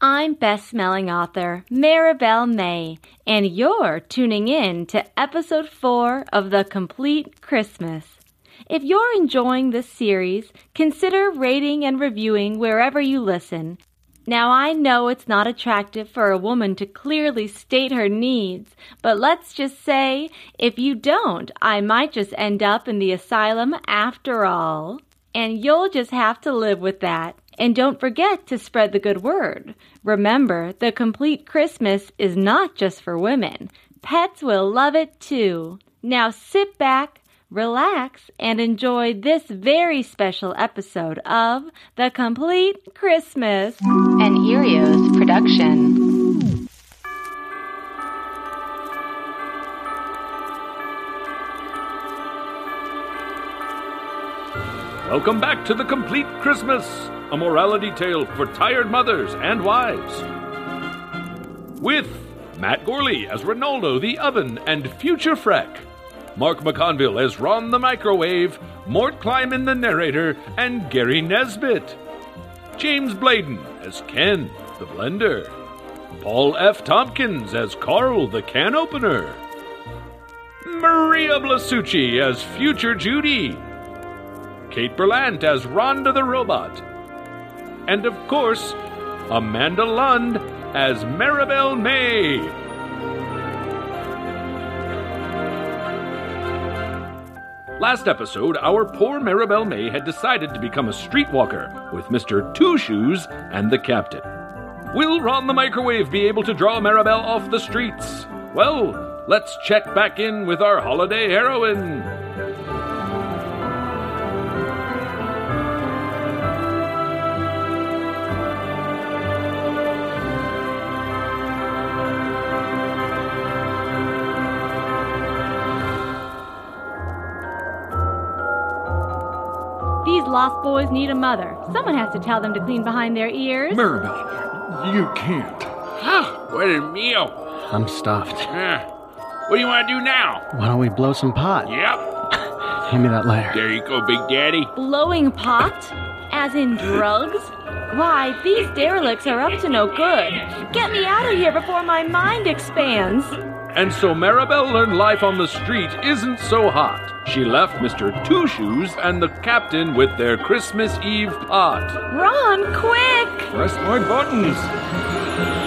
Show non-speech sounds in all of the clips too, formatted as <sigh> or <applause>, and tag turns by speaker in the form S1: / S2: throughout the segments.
S1: I'm best-smelling author Maribel May, and you're tuning in to episode 4 of The Complete Christmas. If you're enjoying this series, consider rating and reviewing wherever you listen. Now, I know it's not attractive for a woman to clearly state her needs, but let's just say if you don't, I might just end up in the asylum after all. And you'll just have to live with that. And don't forget to spread the good word. Remember, the complete Christmas is not just for women, pets will love it too. Now sit back, relax, and enjoy this very special episode of The Complete Christmas.
S2: An Erios production.
S3: Welcome back to The Complete Christmas, a morality tale for tired mothers and wives. With Matt Gorley as Ronaldo the Oven and Future Freck, Mark McConville as Ron the Microwave, Mort Kleiman the Narrator, and Gary Nesbitt. James Bladen as Ken the Blender, Paul F. Tompkins as Carl the Can Opener, Maria Blasucci as Future Judy. Kate Berlant as Rhonda the Robot. And of course, Amanda Lund as Maribel May. Last episode, our poor Maribel May had decided to become a streetwalker with Mr. Two Shoes and the Captain. Will Ron the Microwave be able to draw Maribel off the streets? Well, let's check back in with our holiday heroine.
S1: These lost boys need a mother. Someone has to tell them to clean behind their ears.
S4: Maribel, you can't.
S5: What a meal!
S6: I'm stuffed.
S5: Huh. What do you want to do now?
S6: Why don't we blow some pot?
S5: Yep.
S6: Hand me that lighter.
S5: There you go, Big Daddy.
S1: Blowing pot? As in drugs? Why, these derelicts are up to no good. Get me out of here before my mind expands.
S3: And so Maribel learned life on the street isn't so hot. She left Mr. Two Shoes and the captain with their Christmas Eve pot.
S1: Ron, quick!
S7: Press my buttons.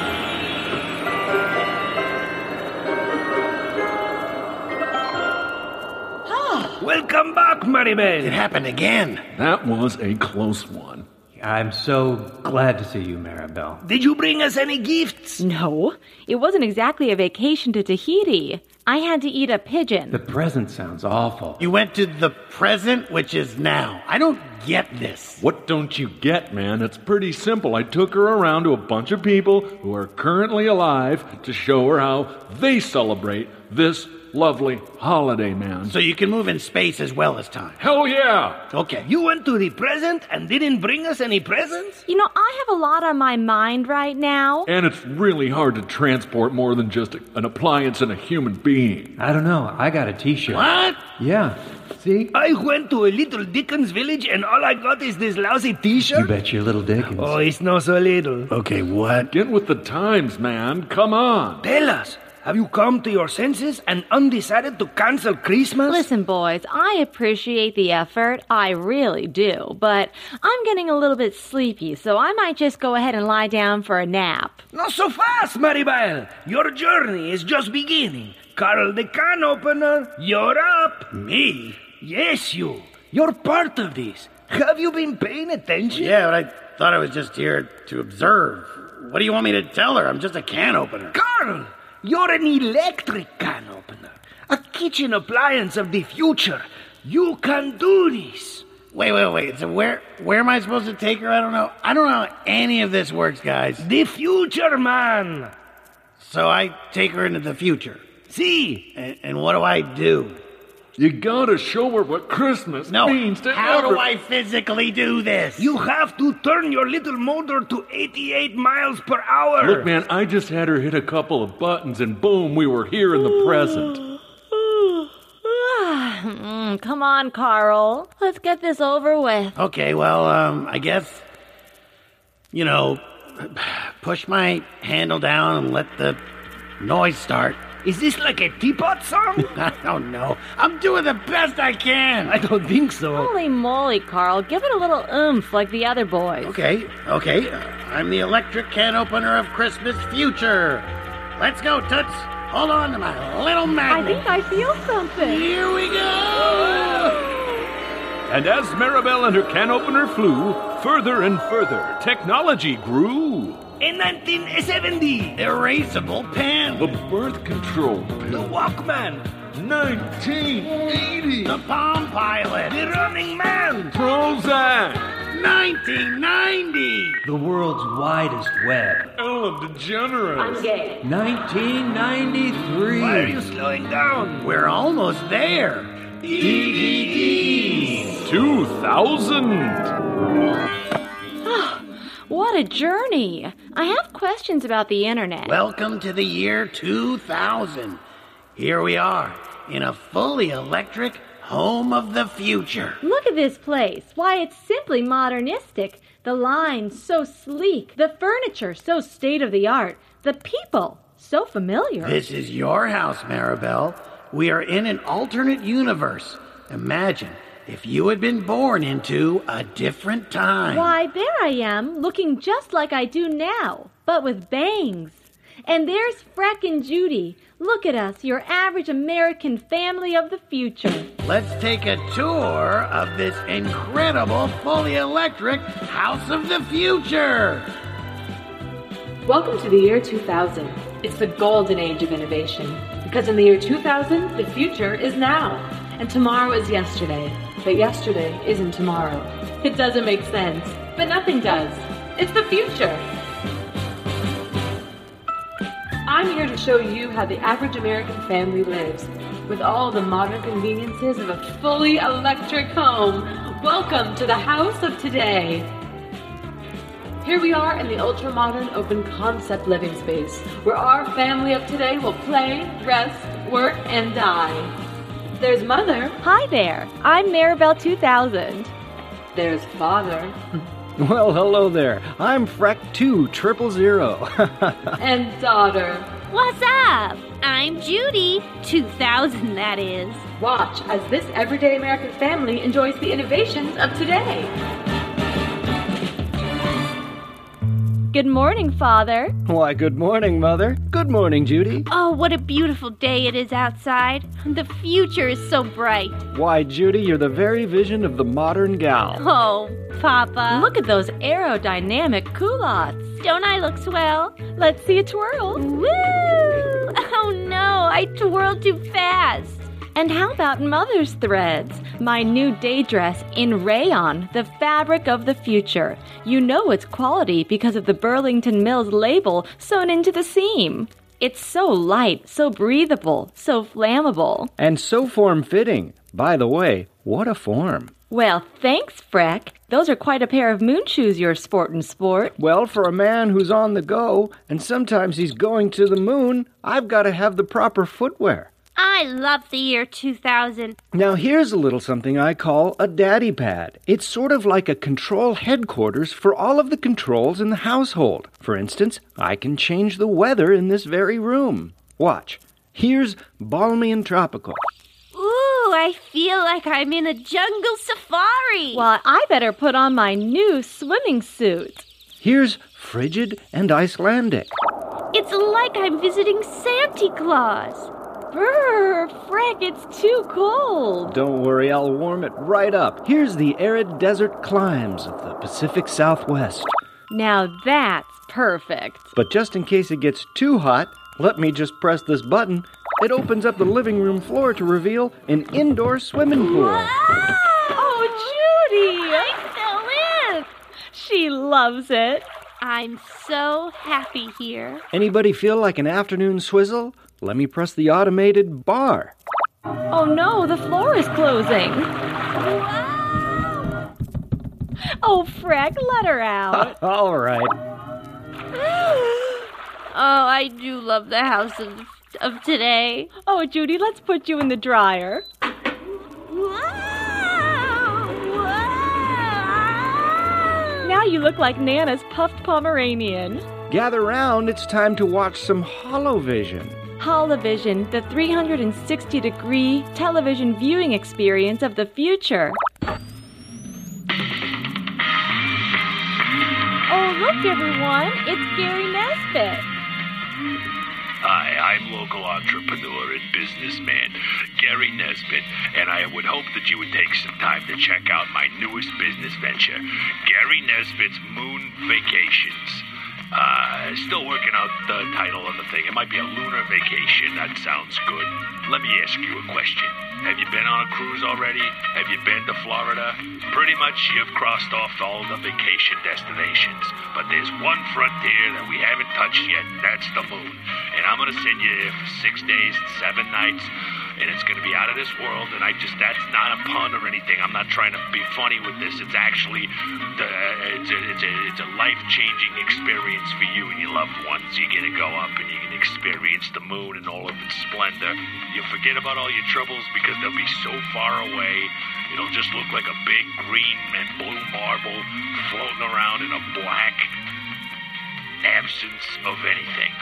S3: Welcome back, Maribel!
S4: Ah. It happened again.
S3: That was a close one.
S8: I'm so glad to see you, Maribel.
S4: Did you bring us any gifts?
S1: No, it wasn't exactly a vacation to Tahiti. I had to eat a pigeon.
S8: The present sounds awful.
S4: You went to the present, which is now. I don't get this.
S3: What don't you get, man? It's pretty simple. I took her around to a bunch of people who are currently alive to show her how they celebrate this lovely holiday, man.
S4: So you can move in space as well as time.
S3: Hell yeah!
S4: Okay, you went to the present and didn't bring us any presents?
S1: You know, I have a lot on my mind right now.
S3: And it's really hard to transport more than just a- an appliance and a human being.
S8: I don't know. I got a t-shirt.
S4: What?
S8: Yeah. See?
S4: I went to a little Dickens village and all I got is this lousy t
S8: You
S4: shirt?
S8: bet your little Dickens.
S4: Oh, it's not so little. Okay, what?
S3: Get with the times, man. Come on.
S4: Tell us, have you come to your senses and undecided to cancel Christmas?
S1: Listen, boys, I appreciate the effort. I really do. But I'm getting a little bit sleepy, so I might just go ahead and lie down for a nap.
S4: Not so fast, Maribel. Your journey is just beginning. Carl the can opener, you're up. Me? Yes, you. You're part of this. Have you been paying attention?
S9: Yeah, but I thought I was just here to observe. What do you want me to tell her? I'm just a can opener.
S4: Carl, you're an electric can opener, a kitchen appliance of the future. You can do this.
S10: Wait, wait, wait. So where where am I supposed to take her? I don't know. I don't know how any of this works, guys. The future man. So I take her into the future. See. And, and what do I do?
S3: You gotta show her what Christmas
S10: No.
S3: means to
S10: how do
S3: every-
S10: I physically do this?
S11: You have to turn your little motor to 88 miles per hour.
S3: Look, man, I just had her hit a couple of buttons and boom, we were here in the present.
S1: Mm, Come on, Carl. Let's get this over with.
S10: Okay, well, um, I guess, you know, push my handle down and let the noise start.
S11: Is this like a teapot song?
S10: <laughs> I don't know. I'm doing the best I can.
S11: I don't think so.
S1: Holy moly, Carl. Give it a little oomph like the other boys.
S10: Okay, okay. I'm the electric can opener of Christmas future. Let's go, Toots. Hold on to my little
S1: I
S10: magnet.
S1: think I feel something.
S10: Here we go.
S3: And as Maribel and her can opener flew, further and further, technology grew.
S11: In 1970,
S10: Erasable
S3: The
S10: pen.
S3: birth control
S11: the
S3: pill.
S11: Walkman,
S3: 1980.
S10: The Palm Pilot.
S11: the Running Man,
S3: Prozac.
S10: 1990.
S8: The world's widest web.
S3: Ellen DeGeneres.
S1: I'm gay.
S8: 1993.
S11: Why are you slowing down?
S10: We're almost there. E DVDs.
S3: 2000.
S1: What a journey. I have questions about the internet.
S10: Welcome to the year 2000. Here we are in a fully electric home of the future.
S1: Look at this place. Why, it's simply modernistic. The lines so sleek, the furniture so state of the art, the people so familiar.
S10: This is your house, Maribel. We are in an alternate universe. Imagine if you had been born into a different time.
S1: Why, there I am, looking just like I do now, but with bangs. And there's Freck and Judy. Look at us, your average American family of the future.
S10: Let's take a tour of this incredible fully electric house of the future.
S12: Welcome to the year 2000. It's the golden age of innovation. Because in the year 2000, the future is now. And tomorrow is yesterday. But yesterday isn't tomorrow. It doesn't make sense. But nothing does. It's the future. I'm here to show you how the average American family lives with all the modern conveniences of a fully electric home. Welcome to the house of today. Here we are in the ultra modern open concept living space where our family of today will play, rest, work, and die. There's mother,
S1: Hi there, I'm Maribel 2000.
S12: there's father,
S6: Well, hello there. I'm Freck Two Triple Zero. <laughs>
S12: and daughter.
S1: What's up? I'm Judy, 2000 that is.
S12: Watch as this everyday American family enjoys the innovations of today.
S1: Good morning, Father.
S6: Why, good morning, Mother. Good morning, Judy.
S1: Oh, what a beautiful day it is outside. The future is so bright.
S6: Why, Judy, you're the very vision of the modern gal.
S1: Oh, Papa. Look at those aerodynamic culottes. Don't I look swell? Let's see a twirl. Woo! Oh no, I twirled too fast. And how about Mother's Threads? My new day dress in rayon, the fabric of the future. You know its quality because of the Burlington Mills label sewn into the seam. It's so light, so breathable, so flammable.
S6: And so form fitting. By the way, what a form.
S1: Well, thanks, Freck. Those are quite a pair of moon shoes you're sportin' sport.
S6: Well, for a man who's on the go, and sometimes he's going to the moon, I've got to have the proper footwear.
S1: I love the year 2000.
S6: Now, here's a little something I call a daddy pad. It's sort of like a control headquarters for all of the controls in the household. For instance, I can change the weather in this very room. Watch. Here's balmy and tropical.
S1: Ooh, I feel like I'm in a jungle safari. Well, I better put on my new swimming suit.
S6: Here's frigid and Icelandic.
S1: It's like I'm visiting Santa Claus. Brr, Freck, it's too cold.
S6: Don't worry, I'll warm it right up. Here's the arid desert climes of the Pacific Southwest.
S1: Now that's perfect.
S6: But just in case it gets too hot, let me just press this button. It opens
S13: Ah!
S6: up the living room floor to reveal an indoor swimming pool.
S1: Oh, Daddy! I still live! She loves it.
S13: I'm so happy here.
S6: Anybody feel like an afternoon swizzle? Let me press the automated bar.
S1: Oh no, the floor is closing. Oh, Freck, let her out.
S6: All right.
S13: <gasps> Oh, I do love the house of, of today.
S1: Oh, Judy, let's put you in the dryer. Now you look like Nana's puffed Pomeranian.
S6: Gather round, it's time to watch some Holovision.
S1: Holovision, the 360 degree television viewing experience of the future. Oh, look, everyone, it's Gary Nesbitt.
S10: Hi, I'm local entrepreneur and businessman Gary Nesbitt, and I would hope that you would take some time to check out my newest business venture, Gary Nesbitt's Moon Vacations. Uh, still working out the title of the thing. It might be a lunar vacation. That sounds good. Let me ask you a question. Have you been on a cruise already? Have you been to Florida? Pretty much you've crossed off all the vacation destinations. But there's one frontier that we haven't touched yet. That's the moon. And I'm going to send you there for six days, seven nights. And it's going to be out of this world. And I just, that's not a pun or anything. I'm not trying to be funny with this. It's actually, the, it's a, it's a, it's a life changing experience for you and your loved ones. You're going to go up and you're going to experience the moon and all of its splendor. You'll forget about all your troubles because they'll be so far away. It'll just look like a big green and blue marble floating around in a black absence of anything.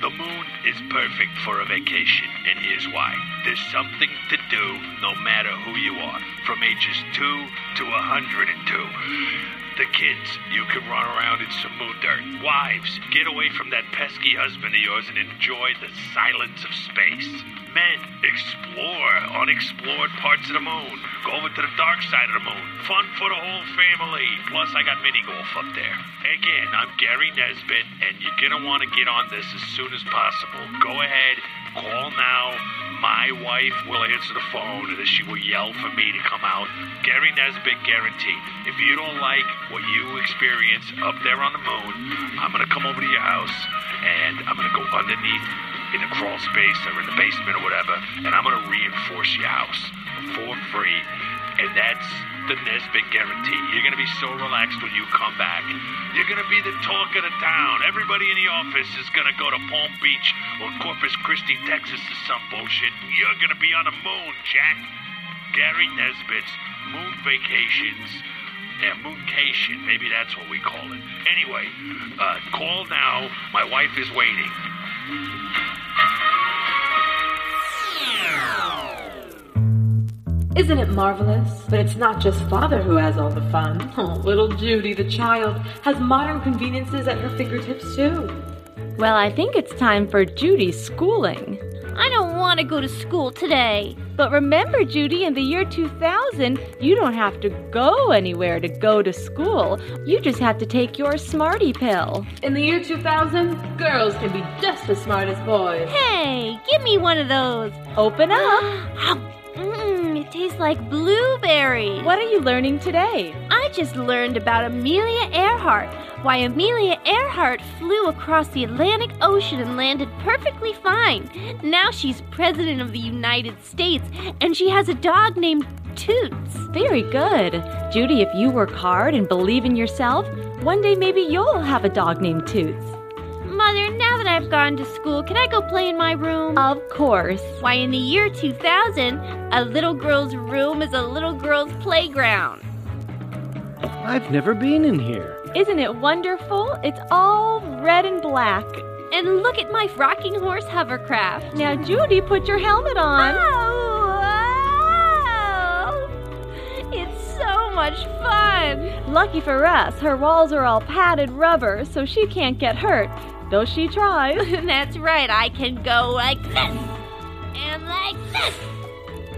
S10: The moon is perfect for a vacation, and here's why. There's something to do no matter who you are, from ages 2 to 102 the kids. You can run around in some moon dirt. Wives, get away from that pesky husband of yours and enjoy the silence of space. Men, explore unexplored parts of the moon. Go over to the dark side of the moon. Fun for the whole family. Plus, I got mini golf up there. Again, I'm Gary Nesbitt, and you're gonna want to get on this as soon as possible. Go ahead, call now. My wife will answer the phone, and she will yell for me to come out. Gary Nesbitt guaranteed. If you don't like what you experience up there on the moon, I'm gonna come over to your house and I'm gonna go underneath in the crawl space or in the basement or whatever, and I'm gonna reinforce your house for free. And that's the Nesbitt guarantee. You're gonna be so relaxed when you come back. You're gonna be the talk of the town. Everybody in the office is gonna go to Palm Beach or Corpus Christi, Texas, or some bullshit. You're gonna be on the moon, Jack. Gary Nesbitt's Moon Vacations. Yeah, mooncation. Maybe that's what we call it. Anyway, uh, call now. My wife is waiting.
S12: Isn't it marvelous? But it's not just father who has all the fun. Oh, little Judy, the child, has modern conveniences at her fingertips too.
S1: Well, I think it's time for Judy's schooling.
S13: I don't want to go to school today.
S1: But remember, Judy, in the year 2000, you don't have to go anywhere to go to school. You just have to take your smarty pill.
S12: In the year 2000, girls can be just as smart as boys.
S13: Hey, give me one of those.
S1: Open up.
S13: <gasps> Mmm, it tastes like blueberry.
S1: What are you learning today?
S13: I just learned about Amelia Earhart. Why Amelia Earhart flew across the Atlantic Ocean and landed perfectly fine. Now she's president of the United States and she has a dog named Toots.
S1: Very good. Judy, if you work hard and believe in yourself, one day maybe you'll have a dog named Toots.
S13: Mother, now that I've gone to school, can I go play in my room?
S1: Of course.
S13: Why, in the year 2000, a little girl's room is a little girl's playground.
S6: I've never been in here.
S1: Isn't it wonderful? It's all red and black.
S13: And look at my rocking horse hovercraft.
S1: Now, Judy, put your helmet on.
S13: Oh, wow. It's so much fun.
S1: Lucky for us, her walls are all padded rubber, so she can't get hurt, though she tries.
S13: <laughs> That's right, I can go like this, and like this,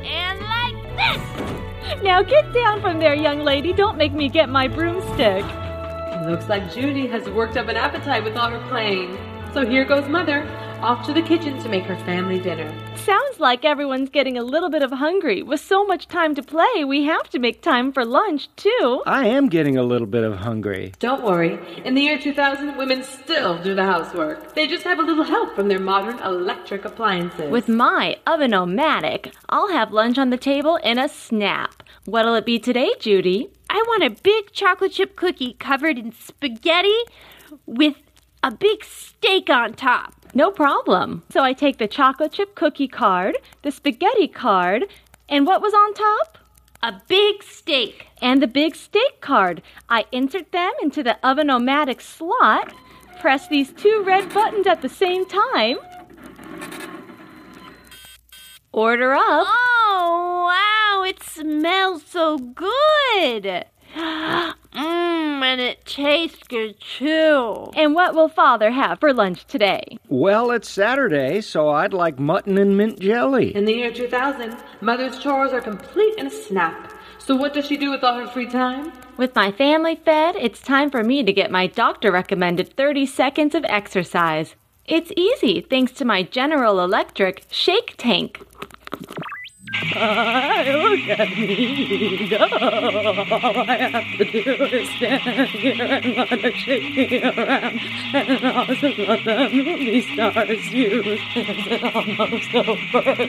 S13: and like this.
S1: Now get down from there, young lady. Don't make me get my broomstick.
S12: Looks like Judy has worked up an appetite with all her playing. So here goes Mother. off to the kitchen to make her family dinner.
S1: Sounds like everyone's getting a little bit of hungry. With so much time to play, we have to make time for lunch, too.
S6: I am getting a little bit of hungry.
S12: Don't worry, in the year 2000, women still do the housework. They just have a little help from their modern electric appliances.
S1: With my oven-o-matic, I'll have lunch on the table in a snap. What'll it be today, Judy?
S13: I want a big chocolate chip cookie covered in spaghetti with a big steak on top.
S1: No problem. So I take the chocolate chip cookie card, the spaghetti card, and what was on top?
S13: A big steak.
S1: And the big steak card. I insert them into the oven-o-matic slot, press these two red buttons at the same time, order up.
S13: Oh, wow, it smells so good. <gasps> Mmm, and it tastes good too.
S1: And what will Father have for lunch today?
S6: Well, it's Saturday, so I'd like mutton and mint jelly.
S12: In the year 2000, mother's chores are complete in a snap. So what does she do with all her free time?
S1: With my family fed, it's time for me to get my doctor recommended 30 seconds of exercise. It's easy thanks to my General Electric Shake Tank.
S8: Ah, look at me go. All I have to do is stand here and let her shake me around. And also what the movie stars use. It's almost over.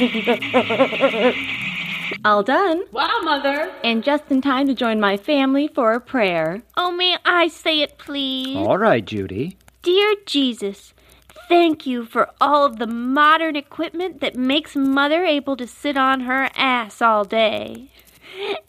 S8: It's almost time
S1: All done.
S12: Wow, Mother!
S1: And just in time to join my family for a prayer.
S13: Oh, may I say it, please?
S6: All right, Judy.
S13: Dear Jesus, thank you for all of the modern equipment that makes Mother able to sit on her ass all day.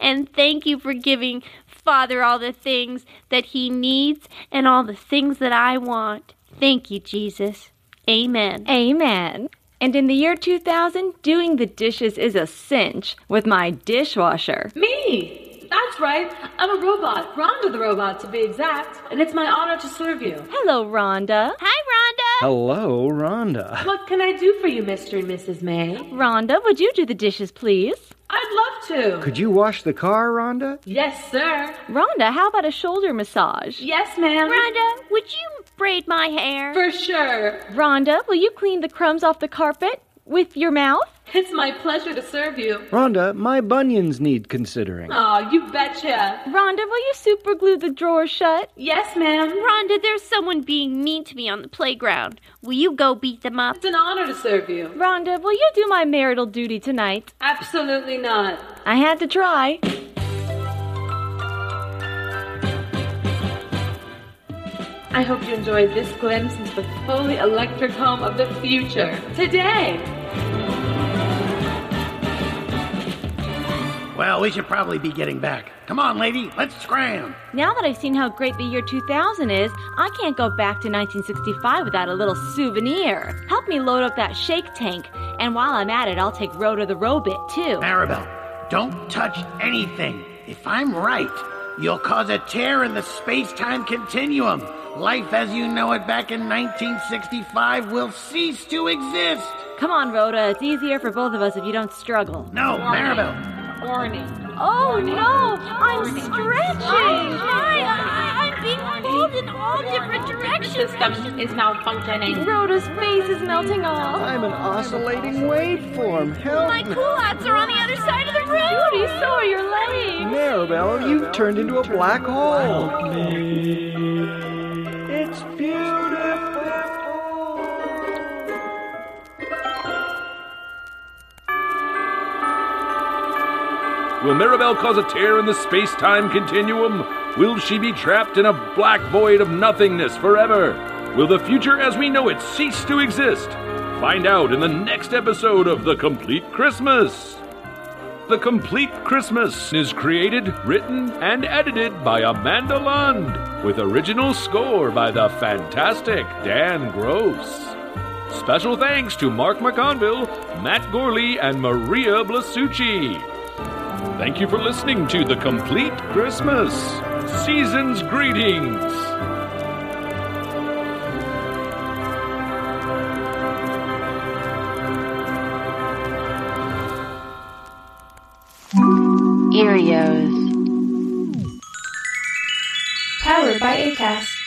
S13: And thank you for giving Father all the things that he needs and all the things that I want. Thank you, Jesus. Amen.
S1: Amen. And in the year 2000, doing the dishes is a cinch with my dishwasher.
S12: Me! That's right. I'm a robot, Rhonda the robot to be exact, and it's my honor to serve you.
S1: Hello, Rhonda.
S13: Hi, Rhonda.
S6: Hello, Rhonda.
S12: What can I do for you, Mr. and Mrs. May?
S1: Rhonda, would you do the dishes, please?
S12: I'd love
S6: to. Could you wash the car, Rhonda?
S12: Yes, sir.
S1: Rhonda, how about a shoulder massage?
S12: Yes, ma'am.
S13: Rhonda, would you braid my hair?
S12: For sure.
S1: Rhonda, will you clean the crumbs off the carpet with your mouth?
S12: It's my pleasure to serve you.
S6: Rhonda, my bunions need considering.
S12: Oh, you betcha.
S1: Rhonda, will you superglue the drawer shut?
S12: Yes, ma'am.
S13: Rhonda, there's someone being mean to me on the playground. Will you go beat them up?
S12: It's an honor to serve you.
S1: Rhonda, will you do my marital duty tonight?
S12: Absolutely not.
S1: I had to try.
S12: I hope you enjoyed this glimpse into the fully electric home of the future today.
S9: Well, we should probably be getting back. Come on, lady, let's scram.
S1: Now that I've seen how great the year 2000 is, I can't go back to 1965 without a little souvenir. Help me load up that shake tank, and while I'm at it, I'll take Rhoda the Robot, too.
S9: Maribel, don't touch anything. If I'm right, you'll cause a tear in the space time continuum. Life as you know it back in 1965 will cease to exist.
S1: Come on, Rhoda, it's easier for both of us if you don't struggle.
S9: No, Maribel,
S12: Warning.
S1: Oh
S12: Warning.
S1: no! I'm
S12: Warning.
S1: stretching!
S13: Hi, hi, I, I'm being pulled in all different directions.
S12: System is malfunctioning.
S1: Rhoda's face is melting off.
S6: I'm an oscillating waveform. Help
S13: Oh, My
S6: me.
S13: cool hats are on the other side of the room.
S1: Judy, so are your legs!
S6: Maribel, oh, you've turned into a black hole. It's beautiful.
S3: Will Mirabelle cause a tear in the space time continuum? Will she be trapped in a black void of nothingness forever? Will the future as we know it cease to exist? Find out in the next episode of The Complete Christmas. The Complete Christmas is created, written, and edited by Amanda Lund, with original score by the fantastic Dan Gross. Special thanks to Mark McConville, Matt Gorley, and Maria Blasucci. Thank you for listening to The Complete Christmas. Season's greetings.
S2: Erios.
S14: Powered by ACAST.